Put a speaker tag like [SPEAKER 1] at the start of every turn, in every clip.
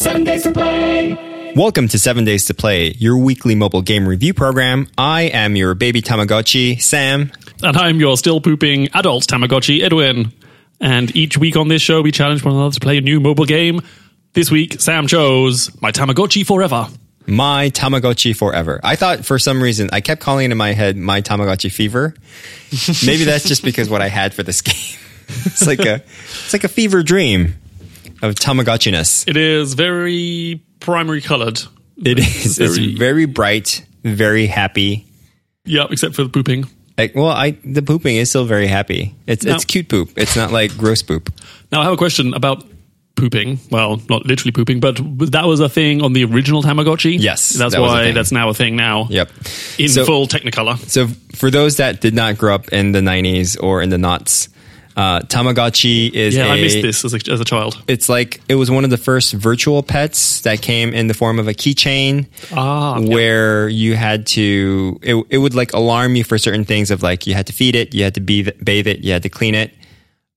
[SPEAKER 1] Seven days to play.
[SPEAKER 2] Welcome to 7 Days to Play, your weekly mobile game review program. I am your baby Tamagotchi, Sam.
[SPEAKER 3] And I'm your still pooping adult Tamagotchi, Edwin. And each week on this show, we challenge one another to play a new mobile game. This week, Sam chose My Tamagotchi Forever.
[SPEAKER 2] My Tamagotchi forever. I thought for some reason I kept calling it in my head my Tamagotchi fever. Maybe that's just because what I had for this game. It's like a it's like a fever dream of Tamagotchiness.
[SPEAKER 3] It is very primary colored.
[SPEAKER 2] It is it's
[SPEAKER 3] Very-
[SPEAKER 2] very bright, very happy.
[SPEAKER 3] Yeah, except for the pooping.
[SPEAKER 2] Like well, I the pooping is still very happy. It's
[SPEAKER 3] No.
[SPEAKER 2] it's cute poop. It's not like gross poop.
[SPEAKER 3] Now, I have a question about pooping. Well, not literally pooping, but that was a thing on the original Tamagotchi.
[SPEAKER 2] Yes,
[SPEAKER 3] That's
[SPEAKER 2] that was a
[SPEAKER 3] why
[SPEAKER 2] thing.
[SPEAKER 3] that's now a thing now.
[SPEAKER 2] Yep.
[SPEAKER 3] In
[SPEAKER 2] So-
[SPEAKER 3] full Technicolor.
[SPEAKER 2] So for those that did not grow up in the 90s or in the knots, uh, Tamagotchi is
[SPEAKER 3] Yeah,
[SPEAKER 2] a,
[SPEAKER 3] I missed this as a, as a child.
[SPEAKER 2] It's like it was one of the first virtual pets that came in the form of a keychain
[SPEAKER 3] Ah, yeah.
[SPEAKER 2] where you had to it, it would like alarm you for certain things of like you had to feed it, you had to bathe, bathe it, you had to clean it.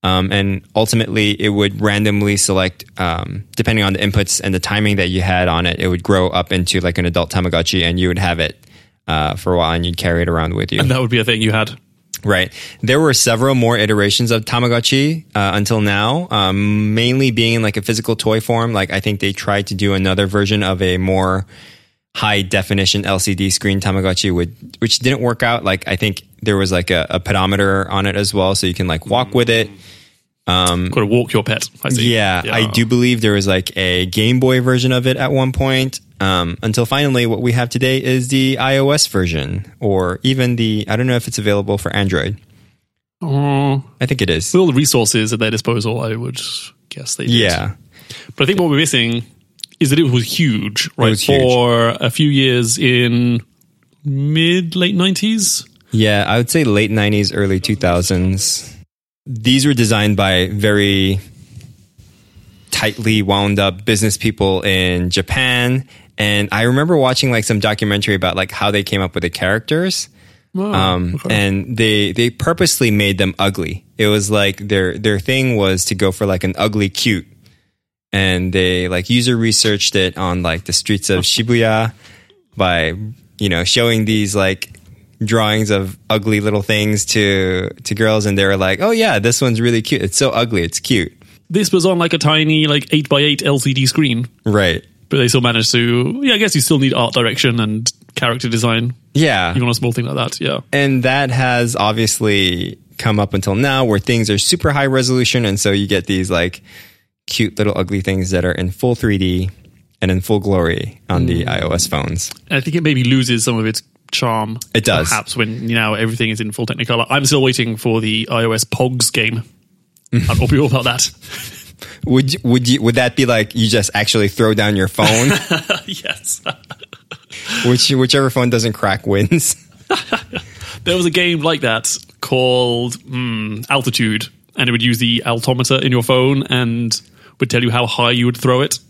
[SPEAKER 2] Um, and ultimately, it would randomly select, um, depending on the inputs and the timing that you had on it, it would grow up into like an adult Tamagotchi, and you would have it uh, for a while, and you'd carry it around with you.
[SPEAKER 3] And that would be a thing you had.
[SPEAKER 2] Right. There were several more iterations of Tamagotchi uh, until now, um, mainly being like a physical toy form. Like I think they tried to do another version of a more high definition LCD screen Tamagotchi, would, which didn't work out. Like I think there was like a, a pedometer on it as well, so you can like walk with it.
[SPEAKER 3] Got to walk your pet. I see.
[SPEAKER 2] Mm. Yeah, I do believe there was like a Game Boy version of it at one point. Um, until finally, what we have today is the iOS version, or even the I don't know if it's available for Android.
[SPEAKER 3] Oh.
[SPEAKER 2] I think it is.
[SPEAKER 3] with all the resources at their disposal, I would guess they did.
[SPEAKER 2] Yeah.
[SPEAKER 3] But I think what we're missing is that it was huge, right?
[SPEAKER 2] was huge.
[SPEAKER 3] For a few years in mid late nineties.
[SPEAKER 2] Yeah, I would say late 90s, early 2000s. These were designed by very tightly wound up business people in Japan. And I remember watching like some documentary about like how they came up with the characters. Um, and they they purposely made them ugly. It was like their their thing was to go for like an ugly cute. And they like user researched it on like the streets of Shibuya by you know showing these like drawings of ugly little things to to girls and they were like, "Oh yeah, this one's really cute. It's so ugly, it's cute."
[SPEAKER 3] This was on like a tiny like eight by eight LCD screen,
[SPEAKER 2] Right.
[SPEAKER 3] but they still managed to. Yeah, I guess you still need art direction and character design.
[SPEAKER 2] Yeah.
[SPEAKER 3] Even on a small thing like that, yeah.
[SPEAKER 2] and that has obviously come up until now where things are super high resolution and so you get these like cute little ugly things that are in full 3d and in full glory on the ios phones
[SPEAKER 3] And I think it maybe loses some of its charm.
[SPEAKER 2] It does.
[SPEAKER 3] Perhaps when you know everything is in full Technicolor. I'm still waiting for the iOS Pogs game. I'll be all about that.
[SPEAKER 2] would you, would you would that be like you just actually throw down your phone
[SPEAKER 3] yes.
[SPEAKER 2] which whichever phone doesn't crack wins
[SPEAKER 3] There was a game like that called mm, Altitude, and it would use the altimeter in your phone and would tell you how high you would throw it.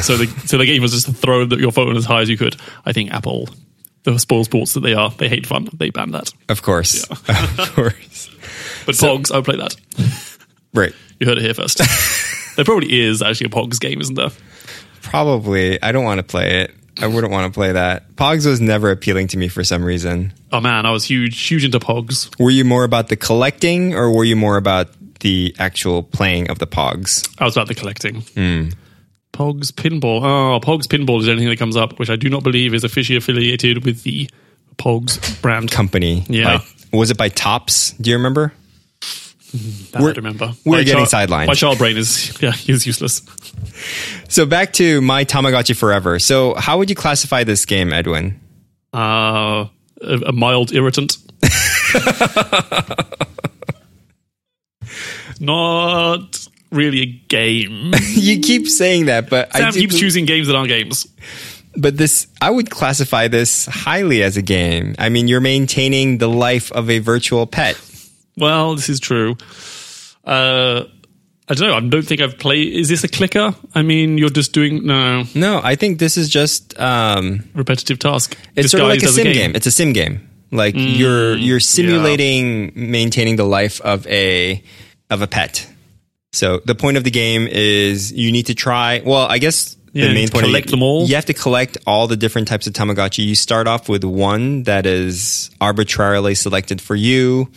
[SPEAKER 3] So the so the game was just to throw the, your phone as high as you could. I think Apple, the spoil sports that they are, they hate fun. They ban that.
[SPEAKER 2] of course of course
[SPEAKER 3] But Pogs, I would play that.
[SPEAKER 2] right
[SPEAKER 3] You heard it here first. there probably is actually a Pogs game, isn't there?
[SPEAKER 2] probably i don't want to play it i wouldn't want to play that pogs was never appealing to me for some reason
[SPEAKER 3] Oh man, I was huge huge into Pogs.
[SPEAKER 2] Were you more about the collecting or were you more about the actual playing of the pogs?
[SPEAKER 3] I was about the collecting.
[SPEAKER 2] Hmm.
[SPEAKER 3] Pogs Pinball. Oh, Pogs Pinball is anything that comes up, which I do not believe is officially affiliated with the Pogs brand.
[SPEAKER 2] Company.
[SPEAKER 3] Yeah.
[SPEAKER 2] Like, was it by Tops? Do you remember?
[SPEAKER 3] That I
[SPEAKER 2] We're-
[SPEAKER 3] remember.
[SPEAKER 2] we're
[SPEAKER 3] My
[SPEAKER 2] getting
[SPEAKER 3] child-
[SPEAKER 2] sidelined.
[SPEAKER 3] My child brain is yeah, is useless.
[SPEAKER 2] So back to my Tamagotchi Forever. So how would you classify this game, Edwin?
[SPEAKER 3] Uh, a, a mild irritant. Not really a game.
[SPEAKER 2] You keep saying that, but I
[SPEAKER 3] Sam
[SPEAKER 2] do
[SPEAKER 3] keeps
[SPEAKER 2] bel-
[SPEAKER 3] choosing games that aren't games.
[SPEAKER 2] but this I would classify this highly as a game. I mean, you're maintaining the life of a virtual pet.
[SPEAKER 3] Well, this is true. Uh, I don't know. I don't think I've played. Is this a clicker? I mean, you're just doing no
[SPEAKER 2] No, I think this is just um
[SPEAKER 3] repetitive task.
[SPEAKER 2] it's sort of like a
[SPEAKER 3] disguised as
[SPEAKER 2] sim game. It's a sim game. Like you're you're simulating maintaining the life of a of a pet. So the point of the game is you need to try. Well, I guess
[SPEAKER 3] Yeah, you collect them all.
[SPEAKER 2] You have to collect all the different types of Tamagotchi. You start off with one that is arbitrarily selected for you.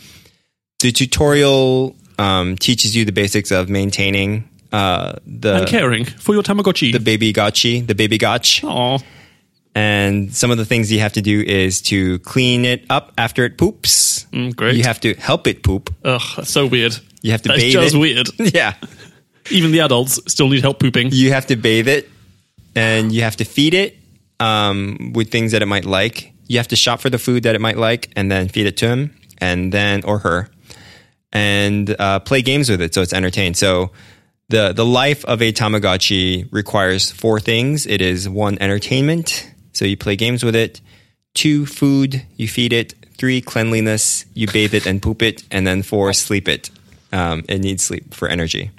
[SPEAKER 2] The tutorial um, teaches you the basics of maintaining uh,
[SPEAKER 3] and
[SPEAKER 2] the
[SPEAKER 3] caring for your Tamagotchi.
[SPEAKER 2] the baby gotchi, the baby gotch.
[SPEAKER 3] Aw.
[SPEAKER 2] And some of the things you have to do is to clean it up after it poops.
[SPEAKER 3] Mm, great.
[SPEAKER 2] You have to help it poop.
[SPEAKER 3] Ugh, that's so weird.
[SPEAKER 2] You have to
[SPEAKER 3] That's
[SPEAKER 2] bathe
[SPEAKER 3] just
[SPEAKER 2] it.
[SPEAKER 3] weird.
[SPEAKER 2] Yeah.
[SPEAKER 3] Even the adults still need help pooping.
[SPEAKER 2] You have to bathe it and you have to feed it um, with things that it might like. You have to shop for the food that it might like and then feed it to him and then or her and uh, play games with it so it's entertained. So the the life of a Tamagotchi requires four things. It is one entertainment, so you play games with it. Two food, you feed it. Three cleanliness, you bathe it and poop it, and then four sleep it. Um, it needs sleep for energy.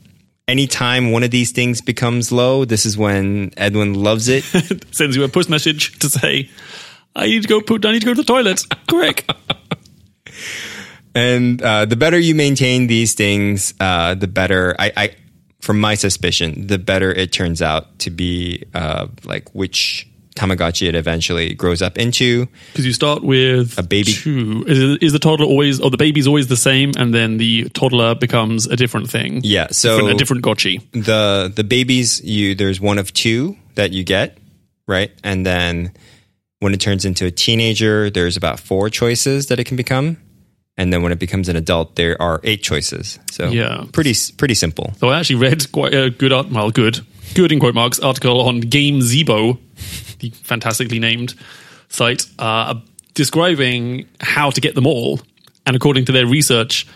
[SPEAKER 2] Anytime one of these things becomes low, this is when Edwin loves it.
[SPEAKER 3] Sends you a push message to say, I need to go poop. I need to go to the toilet. Quick.
[SPEAKER 2] And uh, the better you maintain these things, uh, the better I, I, from my suspicion, the better it turns out to be uh, like which Tamagotchi it eventually grows up into.
[SPEAKER 3] Because you start with a
[SPEAKER 2] baby.
[SPEAKER 3] Two. Is, is the toddler always, or the baby's always the same, and then the toddler becomes a different thing?
[SPEAKER 2] Yeah, so-
[SPEAKER 3] Different- a different gotchi.
[SPEAKER 2] the the babies you there's one of two that you get right and then when it turns into a teenager there's about four choices that it can become and then when it becomes an adult there are eight choices so
[SPEAKER 3] Yeah.
[SPEAKER 2] pretty s- pretty simple
[SPEAKER 3] So I actually read quite a good art, well, good, good in quote marks article on Game Zebo, the fantastically named site, uh, describing how to get them all. And according to their research,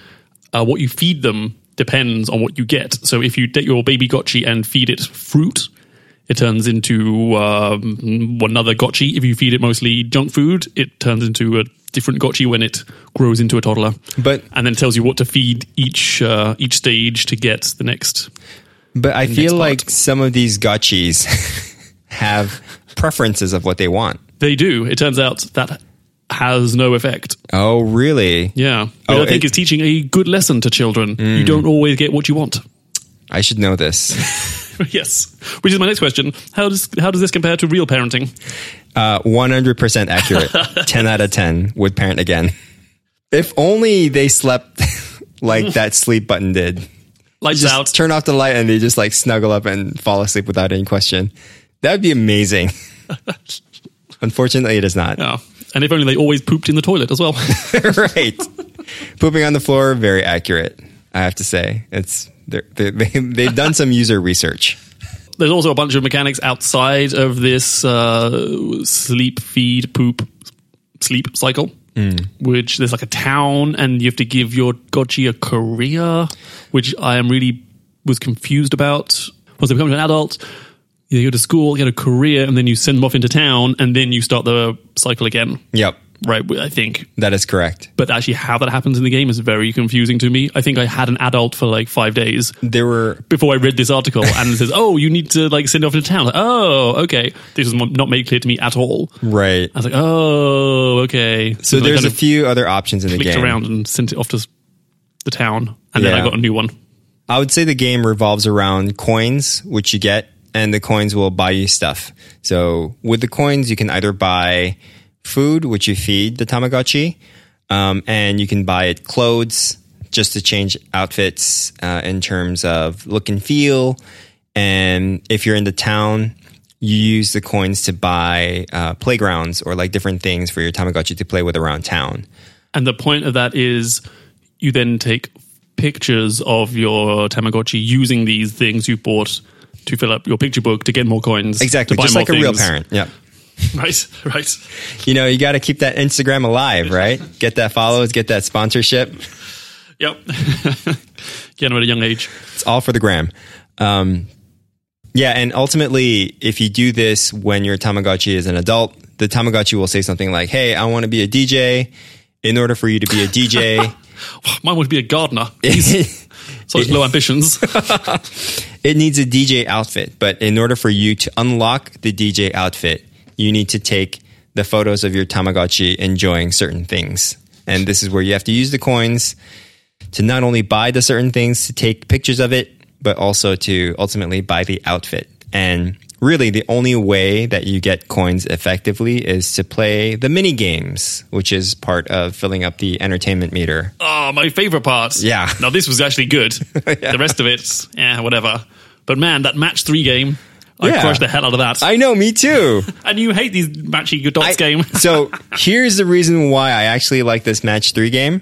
[SPEAKER 3] uh, what you feed them depends on what you get. So if you get your baby gotchi and feed it fruit, it turns into um, another gotchi. If you feed it mostly junk food, it turns into a different gotchi when it grows into a toddler
[SPEAKER 2] but
[SPEAKER 3] and then tells you what to feed each uh, each stage to get the next.
[SPEAKER 2] but i
[SPEAKER 3] next
[SPEAKER 2] feel
[SPEAKER 3] part.
[SPEAKER 2] like some of these gotchis have preferences of what they want
[SPEAKER 3] They do. It turns out that has no effect.
[SPEAKER 2] oh really
[SPEAKER 3] Yeah,
[SPEAKER 2] Oh,
[SPEAKER 3] but I think
[SPEAKER 2] it- Mm.
[SPEAKER 3] it's teaching a good lesson to children. You don't always get what you want.
[SPEAKER 2] i should know this
[SPEAKER 3] yes, which is my next question. How does how does this compare to real parenting?
[SPEAKER 2] Uh, 100% accurate. 10 out of 10 would parent again. If only they slept like that sleep button did.
[SPEAKER 3] Lights
[SPEAKER 2] Just
[SPEAKER 3] out.
[SPEAKER 2] turn off the light and they just like snuggle up and fall asleep without any question. That would be amazing. Unfortunately, it is not.
[SPEAKER 3] yeah. Ah. And if only they always pooped in the toilet as well.
[SPEAKER 2] right. Pooping on the floor, very accurate. I have to say. It's they're- they, they, they've done some user research.
[SPEAKER 3] There's also a bunch of mechanics outside of this uh, sleep, feed, poop, sleep cycle. Which there's like a town, and you have to give your gotchi a career, which I am really was confused about. Once they become an adult, you go to school, get a career, and then you send them off into town, and then you start the cycle again.
[SPEAKER 2] Yep.
[SPEAKER 3] Right, I think.
[SPEAKER 2] That is correct.
[SPEAKER 3] But actually, how that happens in the game is very confusing to me. I think I had an adult for like five days,
[SPEAKER 2] There were
[SPEAKER 3] before I read this article and it says, "Oh, you need to like send it off to town." Like, oh, okay. This was not made clear to me at all.
[SPEAKER 2] right.
[SPEAKER 3] I was like, "Oh, okay."
[SPEAKER 2] So
[SPEAKER 3] I
[SPEAKER 2] there's
[SPEAKER 3] kind
[SPEAKER 2] a
[SPEAKER 3] of
[SPEAKER 2] few other options in the
[SPEAKER 3] clicked
[SPEAKER 2] game.
[SPEAKER 3] around and sent it off to s- the town, and then
[SPEAKER 2] Yeah.
[SPEAKER 3] I got a new one.
[SPEAKER 2] I would say the game revolves around coins, which you get, and the coins will buy you stuff. So with the coins, you can either buy food, which you feed the Tamagotchi, um, and you can buy it clothes just to change outfits uh, in terms of look and feel. And if you're in the town, you use the coins to buy uh, playgrounds or like different things for your Tamagotchi to play with around town.
[SPEAKER 3] And the point of that is, you then take pictures of your Tamagotchi using these things you bought to fill up your picture book to get more coins.
[SPEAKER 2] Exactly,
[SPEAKER 3] to buy
[SPEAKER 2] just
[SPEAKER 3] more
[SPEAKER 2] like a real
[SPEAKER 3] things.
[SPEAKER 2] parent. Yeah.
[SPEAKER 3] right? Right.
[SPEAKER 2] you know, you got to keep that Instagram alive, right? Get that followers, get that sponsorship.
[SPEAKER 3] Yep. Get them at a young age.
[SPEAKER 2] It's all for the gram. Um, yeah, and ultimately, if you do this when your Tamagotchi is an adult, the Tamagotchi will say something like, "Hey, I want to be a DJ." In order for you to be a DJ,
[SPEAKER 3] Mine would be a gardener.
[SPEAKER 2] it,
[SPEAKER 3] Such low ambitions.
[SPEAKER 2] it needs a DJ outfit. But in order for you to unlock the DJ outfit, you need to take the photos of your Tamagotchi enjoying certain things. And this is where you have to use the coins to not only buy the certain things to take pictures of it, but also to ultimately buy the outfit. And really the only way that you get coins effectively is to play the mini games, which is part of filling up the entertainment meter.
[SPEAKER 3] Oh, my favorite part.
[SPEAKER 2] Yeah.
[SPEAKER 3] Now this was actually good. The rest of it's yeah, whatever. But man, that match three game, I
[SPEAKER 2] Yeah.
[SPEAKER 3] crushed the hell out of that.
[SPEAKER 2] I know, me too.
[SPEAKER 3] and you hate these matchy good dots
[SPEAKER 2] I-
[SPEAKER 3] game.
[SPEAKER 2] so here's the reason why I actually like this match three game,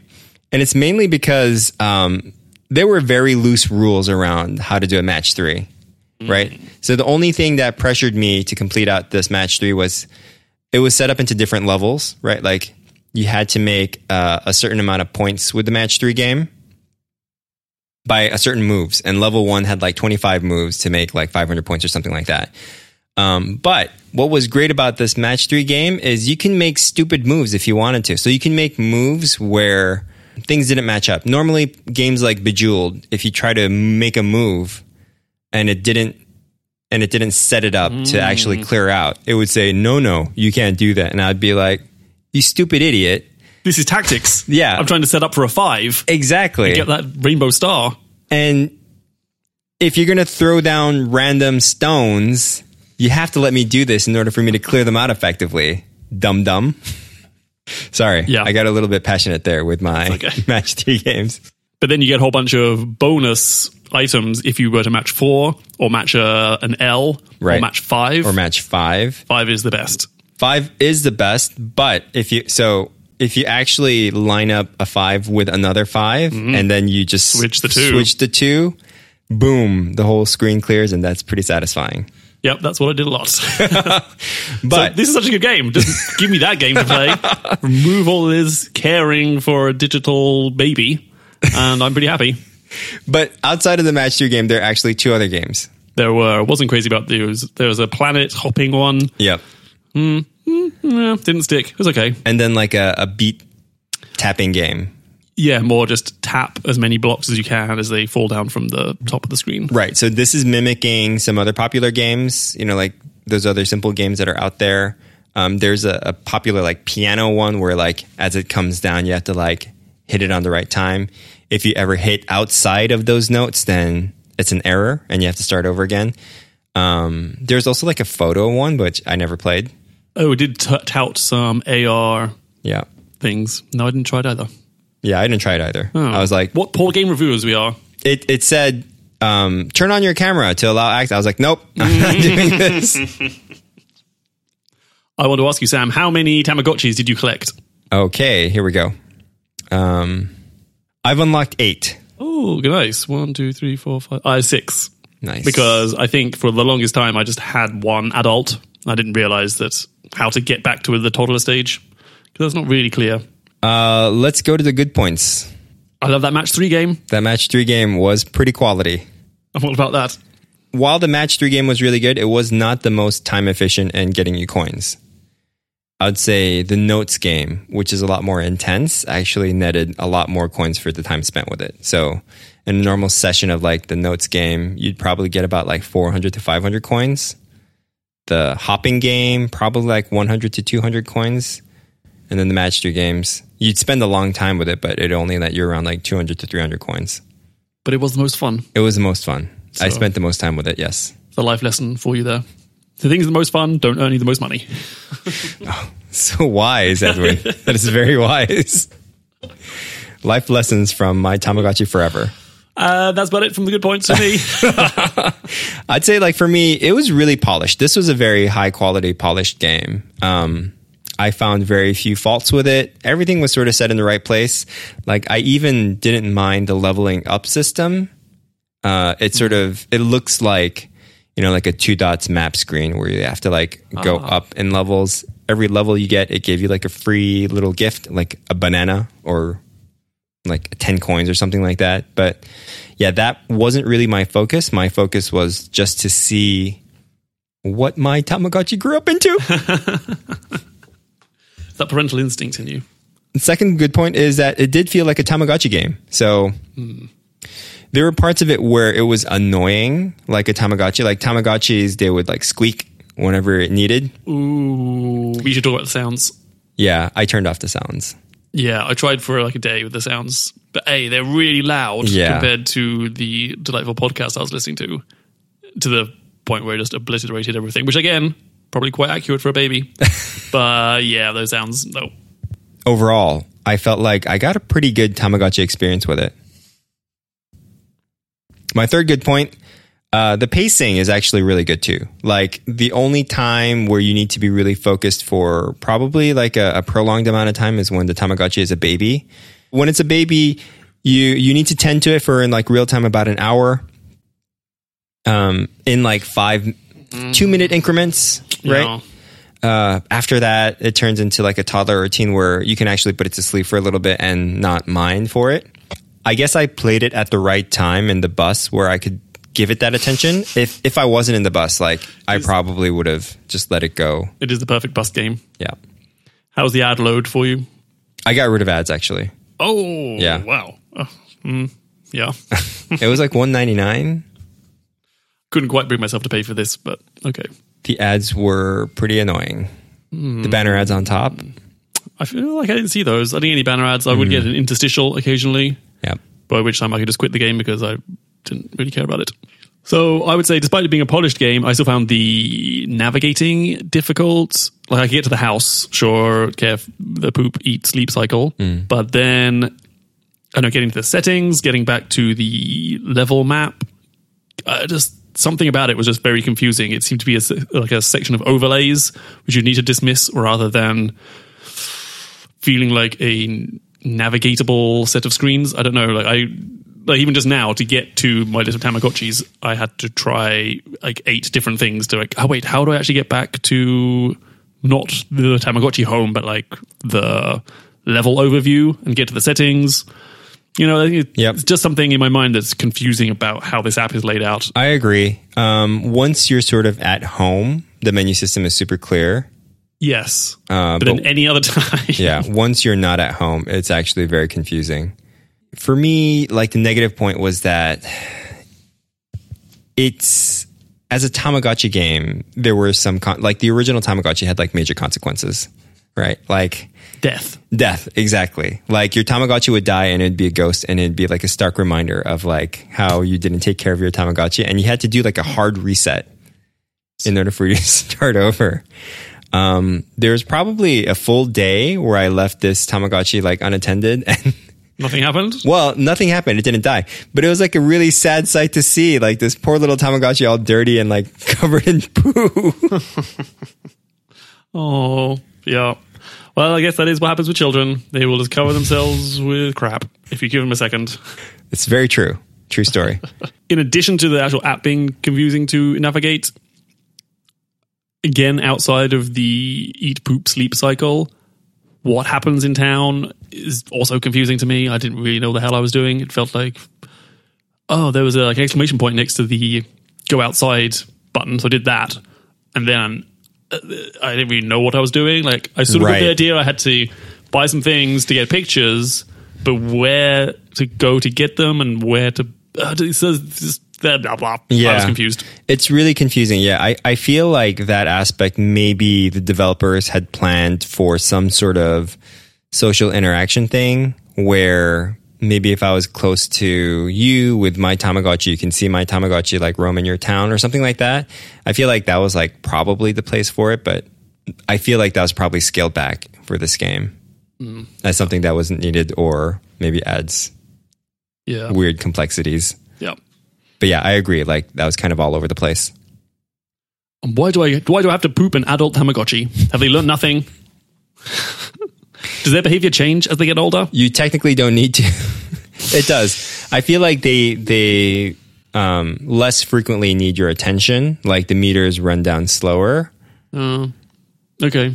[SPEAKER 2] and it's mainly because um, there were very loose rules around how to do a match three, right? So the only thing that pressured me to complete out this match three was it was set up into different levels, right? Like you had to make uh, a certain amount of points with the match three game by a certain moves, and level one had like 25 moves to make like 500 points or something like that. Um, but what was great about this match three game is you can make stupid moves if you wanted to. So you can make moves where things didn't match up. Normally, games like Bejeweled, if you try to make a move and it didn't and it didn't set it up to actually clear out, it would say, "No, no, you can't do that." And I'd be like, "You stupid idiot!"
[SPEAKER 3] This is tactics.
[SPEAKER 2] Yeah.
[SPEAKER 3] I'm trying to set up for a five.
[SPEAKER 2] Exactly.
[SPEAKER 3] Get that rainbow star.
[SPEAKER 2] And if you're going to throw down random stones, you have to let me do this in order for me to clear them out effectively. Dum dum. Sorry.
[SPEAKER 3] Yeah.
[SPEAKER 2] I got a little bit passionate there with my
[SPEAKER 3] okay.
[SPEAKER 2] match three games.
[SPEAKER 3] But then you get a whole bunch of bonus items if you were to match four or match uh, an L or
[SPEAKER 2] Right.
[SPEAKER 3] match five.
[SPEAKER 2] Or match five.
[SPEAKER 3] five is the best.
[SPEAKER 2] Five is the best, but if you so if you actually line up a five with another 5 and then you just
[SPEAKER 3] Mm-hmm. Switch the two.
[SPEAKER 2] switch the two, boom, the whole screen clears and that's pretty satisfying.
[SPEAKER 3] Yep, that's what I did a lot.
[SPEAKER 2] But
[SPEAKER 3] this is such a good game. Just give me that game to play. Remove all this caring for a digital baby, and I'm pretty happy.
[SPEAKER 2] but outside of the match three game, there are actually two other games.
[SPEAKER 3] There were I wasn't crazy about those. There was a planet hopping one.
[SPEAKER 2] Yep.
[SPEAKER 3] Yeah, didn't stick. It was okay.
[SPEAKER 2] and then like a, a beat tapping game.
[SPEAKER 3] Yeah, more just tap as many blocks as you can as they fall down from the top of the screen.
[SPEAKER 2] Right. So this is mimicking some other popular games, you know, like those other simple games that are out there. Um, there's a, a popular like piano one where like as it comes down, you have to like hit it on the right time. If you ever hit outside of those notes, then it's an error and you have to start over again. Um, there's also like a photo one, which I never played.
[SPEAKER 3] Oh, it did t- tout some AR
[SPEAKER 2] Yeah.
[SPEAKER 3] things. No, I didn't try it either.
[SPEAKER 2] Yeah. I didn't try it either. I was like,
[SPEAKER 3] What poor game reviewers we are.
[SPEAKER 2] it it said um, turn on your camera to allow access. I was like, nope, I'm not doing this.
[SPEAKER 3] I want to ask you, Sam, how many Tamagotchis did you collect?
[SPEAKER 2] Okay, here we go. Um, I've unlocked eight.
[SPEAKER 3] Oh, nice. One, two, three, four, five. I six.
[SPEAKER 2] Nice.
[SPEAKER 3] because I think for the longest time I just had one adult. I didn't realize that how to get back to the toddler stage because that's not really clear.
[SPEAKER 2] uh, let's go to the good points.
[SPEAKER 3] I love that match three game.
[SPEAKER 2] That match three game was pretty quality.
[SPEAKER 3] I'm all about that.
[SPEAKER 2] While the match three game was really good, it was not the most time efficient in getting you coins. I'd say the notes game, which is a lot more intense, actually netted a lot more coins for the time spent with it. So, in a normal session of like the notes game, you'd probably get about like 400 to 500 coins. The hopping game, probably like 100 to 200 coins. And then the match three games, you'd spend a long time with it, but it only let you around like 200 to 300 coins.
[SPEAKER 3] But it was the most fun.
[SPEAKER 2] It was the most fun. I
[SPEAKER 3] So-
[SPEAKER 2] spent the most time with it, yes.
[SPEAKER 3] The life lesson for you there. The things the most fun don't earn you the most money.
[SPEAKER 2] So wise, Edwin. that is very wise. Life lessons from my Tamagotchi forever.
[SPEAKER 3] Uh, that's about it from the good points for me.
[SPEAKER 2] I'd say, like, for me, it was really polished. This was a very high quality, polished game. Um, I found very few faults with it. Everything was sort of set in the right place. Like, I even didn't mind the leveling up system. Uh, it sort of it looks like you know like a two dots map screen where you have to like go up in levels. Every level you get, it gave you like a free little gift, like a banana or like 10 coins or something like that. But yeah, that wasn't really my focus. My focus was just to see what my Tamagotchi grew up into.
[SPEAKER 3] that parental instinct in you.
[SPEAKER 2] Second good point is that it did feel like a Tamagotchi game. So there were parts of it where it was annoying, like a Tamagotchi. Like Tamagotchis, they would like squeak whenever it needed.
[SPEAKER 3] Ooh, we should talk about the sounds.
[SPEAKER 2] Yeah, I turned off the sounds.
[SPEAKER 3] Yeah, I tried for like a day with the sounds, but a they're really loud
[SPEAKER 2] Yeah.
[SPEAKER 3] compared to the delightful podcast I was listening to, to the point where it just obliterated everything, which again, probably quite accurate for a baby. but yeah, those sounds, no.
[SPEAKER 2] Overall, I felt like I got a pretty good Tamagotchi experience with it. My third good point uh, the pacing is actually really good too. Like the only time where you need to be really focused for probably like a, a prolonged amount of time is when the Tamagotchi is a baby. When it's a baby, you you need to tend to it for in like real time about an hour. Um, in like five two minute increments,
[SPEAKER 3] You
[SPEAKER 2] right?
[SPEAKER 3] know.
[SPEAKER 2] uh, after that, it turns into like a toddler routine where you can actually put it to sleep for a little bit and not mind for it. I guess I played it at the right time in the bus where I could give it that attention. If if I wasn't in the bus, like I probably would have just let it go.
[SPEAKER 3] It is the perfect bus game.
[SPEAKER 2] Yeah,
[SPEAKER 3] How's the ad load for you?
[SPEAKER 2] I got rid of ads actually.
[SPEAKER 3] Oh,
[SPEAKER 2] Yeah.
[SPEAKER 3] wow. Oh, mm, yeah.
[SPEAKER 2] It was like one ninety nine.
[SPEAKER 3] Couldn't quite bring myself to pay for this, but okay.
[SPEAKER 2] The ads were pretty annoying. The banner ads on top.
[SPEAKER 3] I feel like I didn't see those. I didn't get any banner ads. I would
[SPEAKER 2] Mm.
[SPEAKER 3] get an interstitial occasionally,
[SPEAKER 2] Yeah,
[SPEAKER 3] by which time I could just quit the game because I didn't really care about it. So I would say, despite it being a polished game, I still found the navigating difficult. Like I could get to the house, sure, care f- the poop, eat, sleep cycle, but then I know getting to the settings, getting back to the level map, uh, just something about it was just very confusing. It seemed to be a, s- like a section of overlays which you need to dismiss rather than feeling like a navigatable set of screens. I don't know. Like I, like even just now to get to my list of Tamagotchis, I had to try like eight different things to like. Oh wait, how do I actually get back to not the Tamagotchi home, but like the level overview and get to the settings? You know, I think it's
[SPEAKER 2] Yep.
[SPEAKER 3] just something in my mind that's confusing about how this app is laid out.
[SPEAKER 2] I agree. Um, once you're sort of at home, the menu system is super clear.
[SPEAKER 3] Yes,
[SPEAKER 2] Uh,
[SPEAKER 3] but, in any other time,
[SPEAKER 2] yeah once you're not at home it's actually very confusing for me like the negative point was that it's as a tamagotchi game there were some con- like the original tamagotchi had like major consequences right like
[SPEAKER 3] death.
[SPEAKER 2] death exactly like your tamagotchi would die and it'd be a ghost and it'd be like a stark reminder of like how you didn't take care of your tamagotchi and you had to do like a hard reset in order for you to start over um, there's probably a full day where i left this tamagotchi like unattended and
[SPEAKER 3] Nothing happened.
[SPEAKER 2] well nothing happened it didn't die but it was like a really sad sight to see like this poor little tamagotchi all dirty and like covered in poo
[SPEAKER 3] Oh, yeah. Well, I guess that is what happens with children. They will just cover themselves with crap if you give them a second.
[SPEAKER 2] it's very true true story
[SPEAKER 3] In addition to the actual app being confusing to navigate, again, outside of the eat, poop, sleep cycle, what happens in town is also confusing to me. I didn't really know what the hell I was doing. It felt like, oh, there was a, like an exclamation point next to the go outside button. So I did that. And then uh, I didn't really know what I was doing. Like, I sort of got
[SPEAKER 2] Right.
[SPEAKER 3] the idea I had to buy some things to get pictures, but where to go to get them and where to. Uh, it says just blah, blah, blah. I was
[SPEAKER 2] Yeah.
[SPEAKER 3] confused.
[SPEAKER 2] It's really confusing. Yeah, I, I feel like that aspect maybe the developers had planned for some sort of social interaction thing where maybe if I was close to you with my Tamagotchi, you can see my Tamagotchi like roam in your town or something like that. I feel like that was like probably the place for it, but I feel like that was probably scaled back for this game as something that wasn't needed or maybe adds
[SPEAKER 3] Yeah.
[SPEAKER 2] weird complexities.
[SPEAKER 3] Yeah.
[SPEAKER 2] But yeah, I agree. Like that was kind of all over the place.
[SPEAKER 3] Why do I why do I have to poop an adult Tamagotchi? Have they learned nothing? Does their behavior change as they get older?
[SPEAKER 2] you technically don't need to. it does. I feel like they they um, less frequently need your attention. Like the meters run down slower,
[SPEAKER 3] Uh, okay.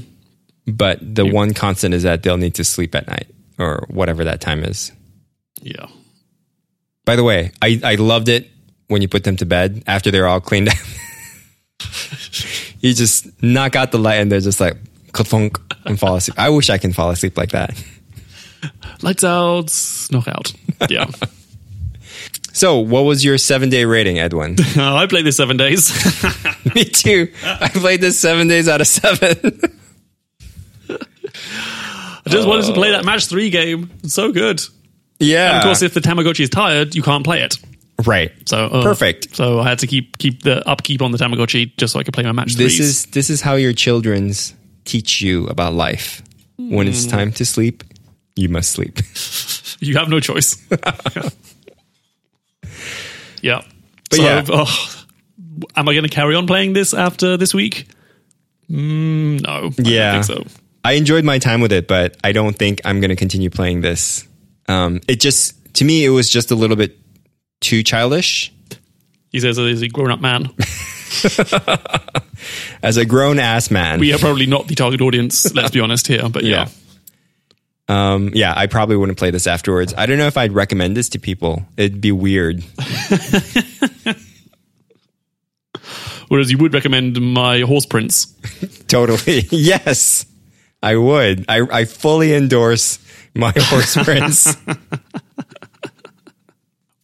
[SPEAKER 2] but the one constant is that they'll need to sleep at night or whatever that time is.
[SPEAKER 3] Yeah.
[SPEAKER 2] By the way, I, I loved it when you put them to bed after they're all cleaned up. you just knock out the light and they're just like ka-thunk and fall asleep. I wish I can fall asleep like that.
[SPEAKER 3] Lights out, knockout. Yeah.
[SPEAKER 2] So, what was your seven day rating, Edwin?
[SPEAKER 3] Uh, I played this seven days.
[SPEAKER 2] Me too. I played this seven days out of seven.
[SPEAKER 3] I just wanted to play that match three game. It's so good.
[SPEAKER 2] yeah. Uh.
[SPEAKER 3] Of course, if the Tamagotchi is tired, you can't play it.
[SPEAKER 2] Right.
[SPEAKER 3] So uh,
[SPEAKER 2] Perfect.
[SPEAKER 3] So I had to keep keep the upkeep on the Tamagotchi just so I could play my match
[SPEAKER 2] This
[SPEAKER 3] threes.
[SPEAKER 2] is this is how your childrens teach you about life. When
[SPEAKER 3] Mm.
[SPEAKER 2] it's time to sleep, you must sleep.
[SPEAKER 3] you have no choice. yeah.
[SPEAKER 2] But
[SPEAKER 3] so,
[SPEAKER 2] yeah.
[SPEAKER 3] oh, am I going to carry on playing this after this week? Mm, no. I don't
[SPEAKER 2] Yeah.
[SPEAKER 3] think so.
[SPEAKER 2] I enjoyed my time with it, but I don't think I'm going to continue playing this. Um, it just to me it was just a little bit too childish.
[SPEAKER 3] He says, "Is a grown up man?"
[SPEAKER 2] As a grown ass man,
[SPEAKER 3] We are probably not the target audience. let's be honest here. But
[SPEAKER 2] Yeah.
[SPEAKER 3] yeah,
[SPEAKER 2] Um, yeah, I probably wouldn't play this afterwards. I don't know if I'd recommend this to people. It'd be weird.
[SPEAKER 3] whereas you would recommend my Horse Prince.
[SPEAKER 2] Totally. yes, I would. I, I fully endorse my horse prince.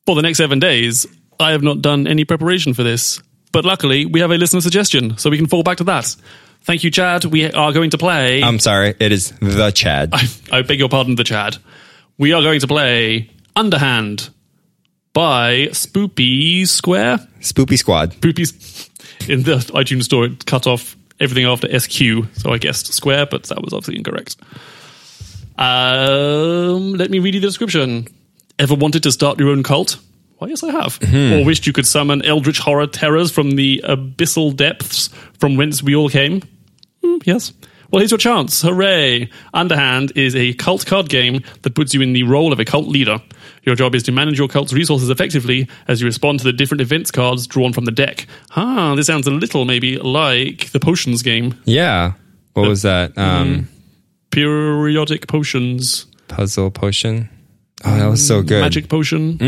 [SPEAKER 3] For the next seven days, I have not done any preparation for this. But luckily, we have a listener suggestion, so we can fall back to that. Thank you, Chad. We are going to play.
[SPEAKER 2] I'm sorry. It is the Chad.
[SPEAKER 3] I beg your pardon, the Chad. We are going to play Underhand by Spoopy Square.
[SPEAKER 2] Spoopy Squad.
[SPEAKER 3] Spoopies in the iTunes store. It cut off everything after SQ, so I guessed Square, but that was obviously incorrect. Um, let me read you the description. Ever wanted to start your own cult? Why, yes, I have. Or wished you could summon eldritch horror terrors from the abyssal depths from whence we all came? Hmm, yes. Well, here's your chance. Hooray! Underhand is a cult card game that puts you in the role of a cult leader. Your job is to manage your cult's resources effectively as you respond to the different events cards drawn from the deck. Ah, this sounds a little maybe like the potions game.
[SPEAKER 2] Yeah. What was that? Um,
[SPEAKER 3] Periodic potions.
[SPEAKER 2] puzzle potion. Oh, that was so good.
[SPEAKER 3] Magic potion.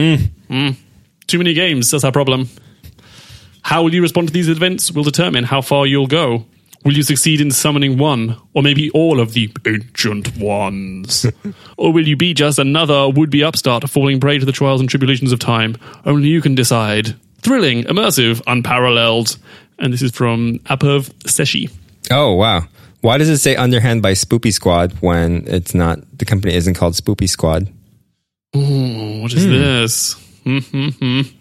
[SPEAKER 3] Mm. Too many games. That's our problem. How will you respond to these events will determine how far you'll go. Will you succeed in summoning one, or maybe all of the ancient ones? or will you be just another would be upstart falling prey to the trials and tribulations of time? Only you can decide. Thrilling, immersive, unparalleled. And this is from Aperv Seshi.
[SPEAKER 2] Oh, wow. Why does it say underhand by Spoopy Squad when it's not, the company isn't called Spoopy Squad?
[SPEAKER 3] Ooh, what is this? Mm-hmm.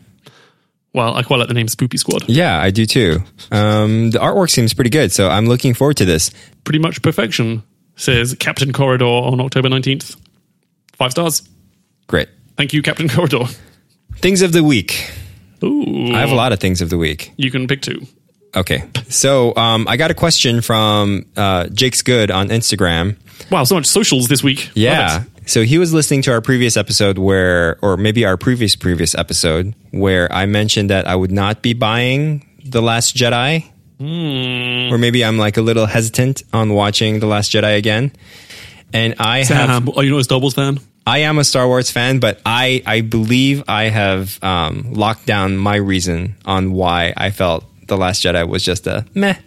[SPEAKER 3] Well, I quite like the name Spoopy Squad.
[SPEAKER 2] Yeah, I do too. Um, the artwork seems pretty good, so I'm looking forward to this.
[SPEAKER 3] pretty much perfection, says Captain Corridor on October 19th. Five stars.
[SPEAKER 2] Great.
[SPEAKER 3] Thank you, Captain Corridor.
[SPEAKER 2] Things of the week.
[SPEAKER 3] Ooh.
[SPEAKER 2] I have a lot of things of the week.
[SPEAKER 3] you can pick two.
[SPEAKER 2] Okay. So um, I got a question from uh, Jake's Good on Instagram.
[SPEAKER 3] Wow, so much socials this week.
[SPEAKER 2] Yeah.
[SPEAKER 3] Love it.
[SPEAKER 2] So he was listening to our previous episode where, or maybe our previous, previous episode where I mentioned that I would not be buying The Last Jedi. Or maybe I'm like a little hesitant on watching The Last Jedi again. And I have
[SPEAKER 3] Sam, are Oh, you not a Star Wars fan?
[SPEAKER 2] I am a Star Wars fan, but I, I believe I have um, locked down my reason on why I felt The Last Jedi was just a meh.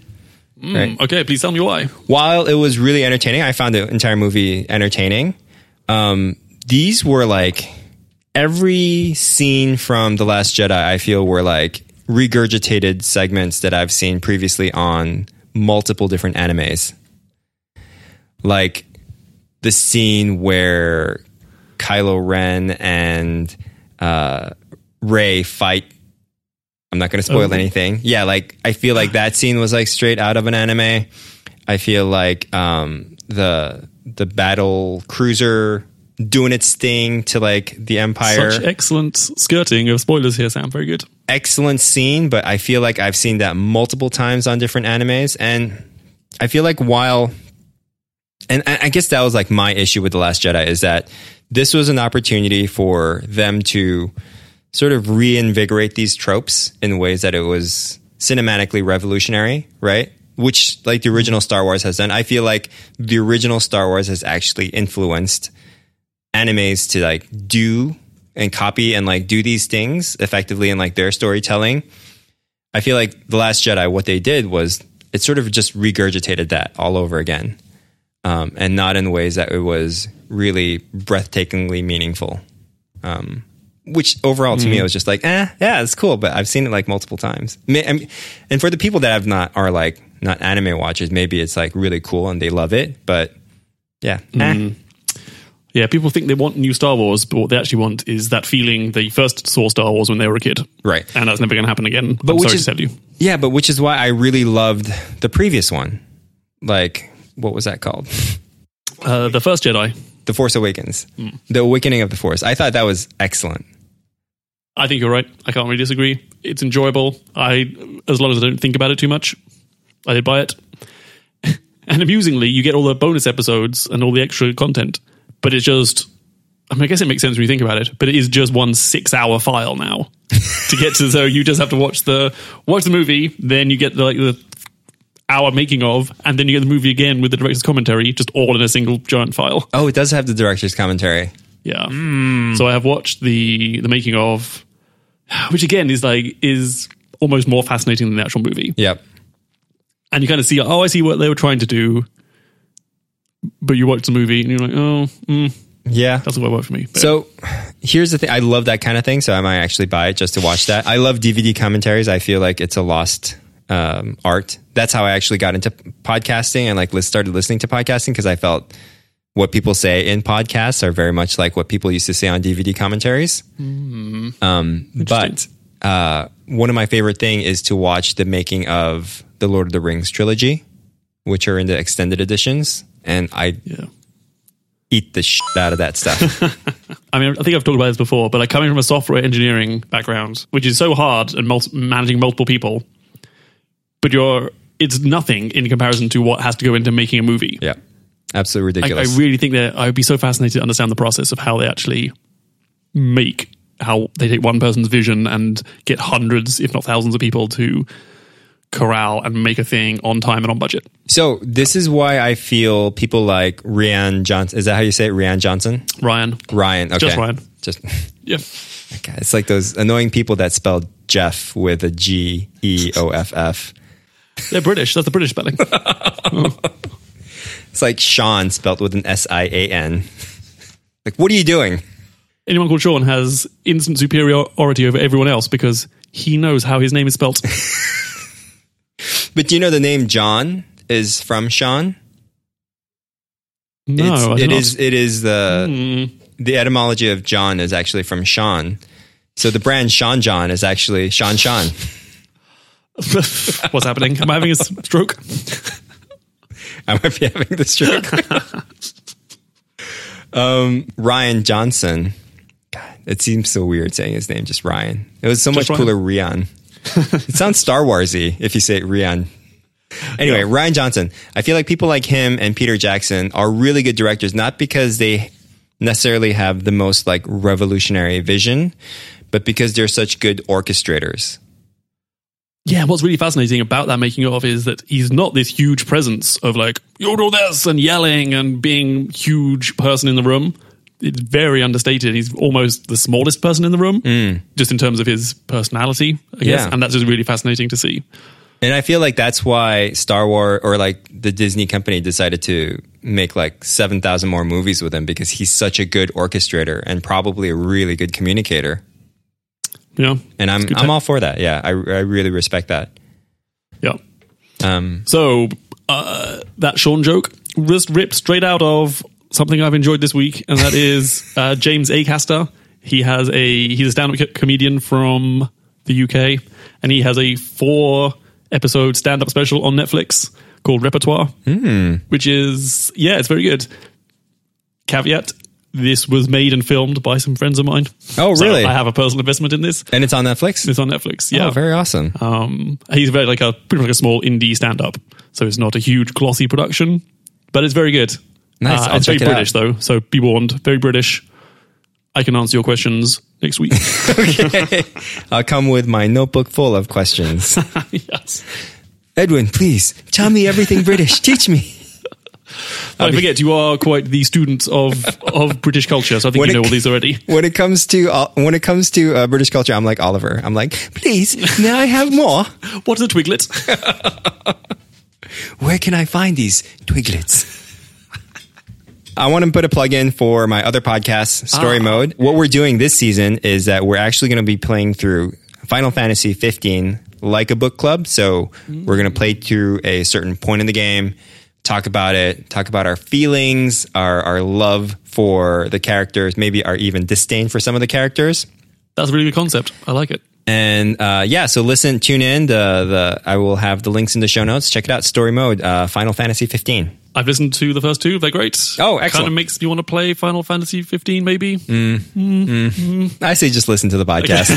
[SPEAKER 2] Right.
[SPEAKER 3] Okay, please tell me why.
[SPEAKER 2] While it was really entertaining, I found the entire movie entertaining. Um, these were like every scene from The Last Jedi, I feel, were like regurgitated segments that I've seen previously on multiple different animes. Like the scene where Kylo Ren and uh, Ray fight. I'm not going to spoil
[SPEAKER 3] Oh.
[SPEAKER 2] anything. Yeah, like I feel like that scene was like straight out of an anime. I feel like um, the the battle cruiser doing its thing to like the Empire.
[SPEAKER 3] Such excellent skirting of spoilers here, Sam. Very good.
[SPEAKER 2] Excellent scene, but I feel like I've seen that multiple times on different animes, and I feel like while and I I guess that was like my issue with The Last Jedi is that this was an opportunity for them to sort of reinvigorate these tropes in ways that it was cinematically revolutionary, right? Which like the original Star Wars has done. I feel like the original Star Wars has actually influenced animes to like do and copy and like do these things effectively in like their storytelling. I feel like The Last Jedi, what they did was it sort of just regurgitated that all over again um, and not in ways that it was really breathtakingly meaningful. Um, which overall to me, I was just like, eh, yeah, it's cool, but I've seen it like multiple times. Ma- I mean, and for the people that have not are like not anime watchers, maybe it's like really cool and they love it, but yeah, eh.
[SPEAKER 3] Yeah, people think they want new Star Wars, but what they actually want is that feeling they first saw Star Wars when they were a kid.
[SPEAKER 2] Right.
[SPEAKER 3] And that's never going to happen again. But I'm
[SPEAKER 2] which
[SPEAKER 3] sorry
[SPEAKER 2] is-
[SPEAKER 3] to tell you.
[SPEAKER 2] Yeah, but which is why I really loved the previous one. Like, what was that called?
[SPEAKER 3] Uh, the first Jedi.
[SPEAKER 2] The Force Awakens.
[SPEAKER 3] Hmm.
[SPEAKER 2] The Awakening of the Force. I thought that was excellent.
[SPEAKER 3] I think you're right. I can't really disagree. It's enjoyable. I, as long as I don't think about it too much, I did buy it. and amusingly, you get all the bonus episodes and all the extra content, but it's just. I mean, I guess it makes sense when you think about it, but it is just one six-hour file now to get to. So you just have to watch the watch the movie, then you get the, like the hour making of, and then you get the movie again with the director's commentary, just all in a single giant file.
[SPEAKER 2] Oh, it does have the director's commentary.
[SPEAKER 3] Yeah. So I have watched the the making of, which again is like is almost more fascinating than the actual movie.
[SPEAKER 2] Yep.
[SPEAKER 3] And you kind of see, oh, I see what they were trying to do. But you watch the movie and you're like, oh, mm,
[SPEAKER 2] Yeah.
[SPEAKER 3] that's what worked for me. But
[SPEAKER 2] So here's the thing. I love that kind of thing. So I might actually buy it just to watch that. I love DVD commentaries. I feel like it's a lost um, art. That's how I actually got into podcasting and like lis- started listening to podcasting because I felt what people say in podcasts are very much like what people used to say on DVD commentaries. Um, but uh, one of my favorite thing is to watch the making of the Lord of the Rings trilogy, which are in the extended editions, and I
[SPEAKER 3] yeah.
[SPEAKER 2] eat the shit out of that stuff.
[SPEAKER 3] I mean, I think I've talked about this before, but like coming from a software engineering background, which is so hard and mul- managing multiple people, but you're it's nothing in comparison to what has to go into making a movie.
[SPEAKER 2] Yeah. Absolutely
[SPEAKER 3] I, I
[SPEAKER 2] ridiculous.
[SPEAKER 3] really think that I would be so fascinated to understand the process of how they actually make how they take one person's vision and get hundreds, if not thousands, of people to corral and make a thing on time and on budget.
[SPEAKER 2] so this is why I feel people like Rian Johnson. Is that how you say it? Rian Johnson?
[SPEAKER 3] Ryan,
[SPEAKER 2] Ryan. Okay.
[SPEAKER 3] Just Rian.
[SPEAKER 2] Just
[SPEAKER 3] yeah,
[SPEAKER 2] okay. It's like those annoying people that spell Jeff with a G E O F F.
[SPEAKER 3] they're British. That's the British spelling.
[SPEAKER 2] It's like Sean spelled with an S I A N. Like, what are you doing?
[SPEAKER 3] Anyone called Sean has instant superiority over everyone else because he knows how his name is spelt.
[SPEAKER 2] But do you know the name John is from Sean?
[SPEAKER 3] No, I Hmm.
[SPEAKER 2] it's,
[SPEAKER 3] do
[SPEAKER 2] it
[SPEAKER 3] not.
[SPEAKER 2] is- It is the the etymology of John is actually from Sean. So the brand Sean John is actually Sean Sean.
[SPEAKER 3] What's happening? Am I having a s- stroke?
[SPEAKER 2] I might be having the stroke. um, Ryan Johnson. God, it seems so weird saying his name, just Ryan. It was so
[SPEAKER 3] Just
[SPEAKER 2] much
[SPEAKER 3] Ryan?
[SPEAKER 2] cooler, Rian. it sounds Star Warsy if you say Rian. Anyway, Ryan Johnson. I feel like people like him and Peter Jackson are really good directors, not because they necessarily have the most like revolutionary vision, but because they're such good orchestrators.
[SPEAKER 3] Yeah, what's really fascinating about that making of is that he's not this huge presence of like, you do this and yelling and being huge person in the room. It's very understated. He's almost the smallest person in the room, just in terms of his personality, I guess.
[SPEAKER 2] Yeah.
[SPEAKER 3] And that's just really fascinating to see.
[SPEAKER 2] And I feel like that's why Star Wars or like the Disney company decided to make like 7,000 more movies with him because he's such a good orchestrator and probably a really good communicator.
[SPEAKER 3] You know?
[SPEAKER 2] And I'm,
[SPEAKER 3] good
[SPEAKER 2] I'm
[SPEAKER 3] tech.
[SPEAKER 2] all for that. Yeah. I, I really respect that.
[SPEAKER 3] Yeah.
[SPEAKER 2] Um,
[SPEAKER 3] So uh, that Sean joke was ripped straight out of something I've enjoyed this week, and that is uh, James Acaster. He has a he's a stand-up co- comedian from the UK, and he has a four episode stand-up special on Netflix called Repertoire,
[SPEAKER 2] Hmm.
[SPEAKER 3] which is yeah, it's very good. Caveat: This was made and filmed by some friends of mine.
[SPEAKER 2] Oh,
[SPEAKER 3] So
[SPEAKER 2] really?
[SPEAKER 3] I have a personal investment in this.
[SPEAKER 2] and it's on Netflix.
[SPEAKER 3] It's on Netflix. Yeah,
[SPEAKER 2] Oh, very awesome.
[SPEAKER 3] um, he's very like a pretty much like a small indie stand up, so it's not a huge glossy production, but it's very good. Uh,
[SPEAKER 2] Nice, I'll
[SPEAKER 3] it's very
[SPEAKER 2] check it out.
[SPEAKER 3] British though, so be warned. Very British. I can answer your questions next week.
[SPEAKER 2] I'll come with my notebook full of questions.
[SPEAKER 3] yes.
[SPEAKER 2] Edwin, please tell me everything British. Teach me.
[SPEAKER 3] I forget you are quite the student of of British culture, so I think
[SPEAKER 2] When
[SPEAKER 3] you
[SPEAKER 2] it-
[SPEAKER 3] know all these already.
[SPEAKER 2] When it comes to uh, when it comes to uh, British culture, I'm like Oliver. I'm like, please, may I have more?
[SPEAKER 3] What is a twiglet?
[SPEAKER 2] where can I find these twiglets? I want to put a plug in for my other podcast, Story Mode. What we're doing this season is that we're actually going to be playing through Final Fantasy Mm. 15 like a book club. So we're going to play through a certain point in the game, talk about it, talk about our feelings, our, our love for the characters, maybe our even disdain for some of the characters.
[SPEAKER 3] That's a really good concept. I like it.
[SPEAKER 2] And uh, yeah, so listen, tune in. The, the I will have the links in the show notes. Check it out. Story mode, uh, Final Fantasy 15.
[SPEAKER 3] I've listened to the first two. They're great.
[SPEAKER 2] Oh,
[SPEAKER 3] Kind
[SPEAKER 2] excellent. Mm.
[SPEAKER 3] of makes you want to play Final Fantasy 15, maybe.
[SPEAKER 2] I say just listen to the podcast.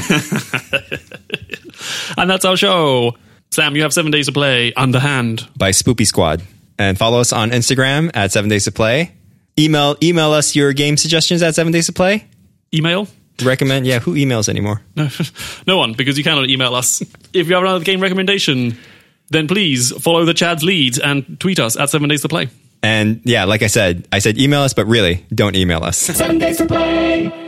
[SPEAKER 3] And that's our show. Sam, you have seven days to play Underhand.
[SPEAKER 2] by Spoopy Squad. And follow us on Instagram at Seven Days to Play. Email email us your game suggestions at Seven Days to Play.
[SPEAKER 3] Email?
[SPEAKER 2] Recommend yeah, who emails anymore?
[SPEAKER 3] No one, because you cannot email us. if you have another game recommendation, then please follow the Chad's lead and tweet us at seven days to play.
[SPEAKER 2] And yeah, like I said, I said email us, but really don't email us.
[SPEAKER 1] Seven days to play.